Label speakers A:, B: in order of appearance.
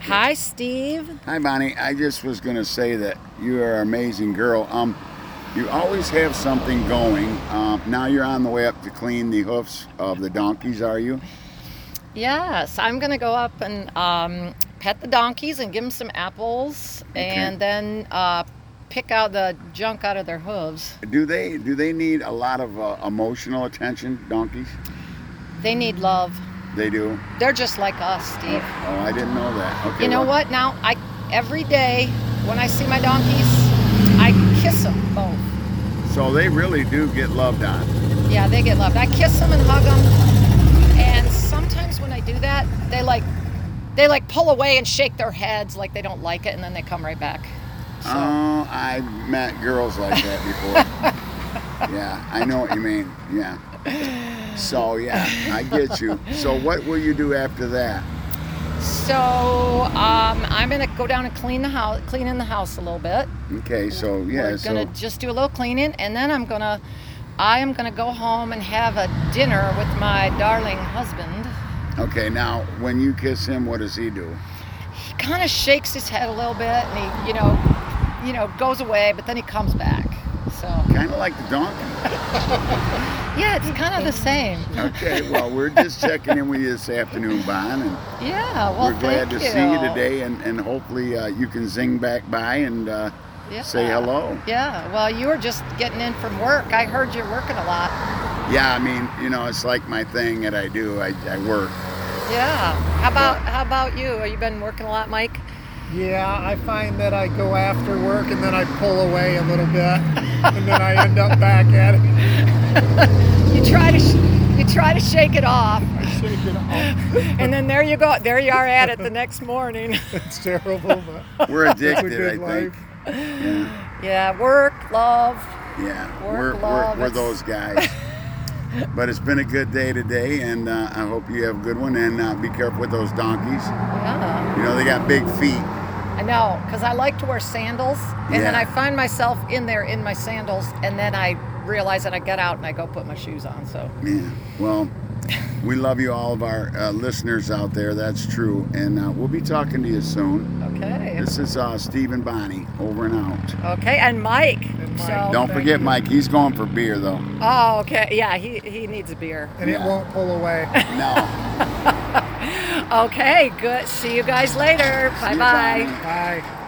A: Hi, Steve.
B: Hi, Bonnie. I just was going to say that you are an amazing girl. Um, you always have something going. Um, now you're on the way up to clean the hoofs of the donkeys, are you?
A: Yes, I'm going to go up and um, pet the donkeys and give them some apples and then uh, pick out the junk out of their hooves.
B: Do they do they need a lot of uh, emotional attention, donkeys?
A: They need love.
B: They do.
A: They're just like us, Steve.
B: Oh, I didn't know that. Okay.
A: You know
B: well,
A: what? Now, I every day when I see my donkeys, I kiss them both.
B: So they really do get loved on.
A: Yeah, they get loved. I kiss them and hug them, and sometimes when I do that, they like they like pull away and shake their heads like they don't like it, and then they come right back. So
B: Oh, I've met girls like that before. yeah, I know what you mean. Yeah. So yeah, I get you. So what will you do after that?
A: so um, I'm gonna go down and clean the house, clean in the house a little bit.
B: Okay, so yeah,
A: We're
B: so
A: gonna just do a little cleaning, and then I'm gonna I am gonna go home and have a dinner with my darling husband.
B: okay. Now, when you kiss him, what does he do?
A: he kind of shakes his head a little bit and he you know you know goes away but then he comes back so
B: Kind of like the donkey.
A: yeah it's kind of the same
B: Okay, well, we're just checking in with you this afternoon, Bon, and
A: yeah well
B: we're glad
A: thank
B: to
A: you.
B: see you today, and and hopefully uh, you can zing back by and uh,
A: yeah.
B: say hello.
A: yeah well you were just getting in from work i heard you're working a lot
B: Yeah, I mean, you know, it's like my thing that I do. I, I work.
A: yeah how about how about you have you been working a lot mike
C: Yeah, I find that I go after work and then I pull away a little bit, and then I end up back at it.
A: you try to sh- you try to shake it off
C: I shake it off.
A: and then there you go there you are at it the next morning
C: It's terrible, but
B: We're
C: it's a
B: addicted,
C: good
B: I think.
C: life.
B: Yeah,
A: yeah work love
B: yeah.
A: Work,
B: we're,
A: love,
B: we're,
A: it's-
B: we're those guys. but it's been a good day today, and uh, I hope you have a good one. And uh, be careful with those donkeys.
A: yeah
B: You know, they got big feet.
A: I know, because I like to wear sandals, and then
B: Yeah.
A: I find myself in there in my sandals, and then I realize that I get out and I go put my shoes on. So
B: Yeah. Well, we love you, all of our uh, listeners out there. That's true. And uh, we'll be talking to you soon.
A: okay,
B: This is uh, Steve and Bonnie, over and out.
A: okay, and Mike.
C: And Mike.
A: So
B: Don't
C: Oh, thank
B: forget,
C: you.
B: Mike, he's going for beer, though.
A: oh, okay, yeah, he he needs a beer.
C: And it
B: Yeah.
C: won't pull away.
B: No.
A: Okay, good. See you guys later.
B: See
A: Bye
B: you,
A: bye.
B: Bonnie.
C: Bye.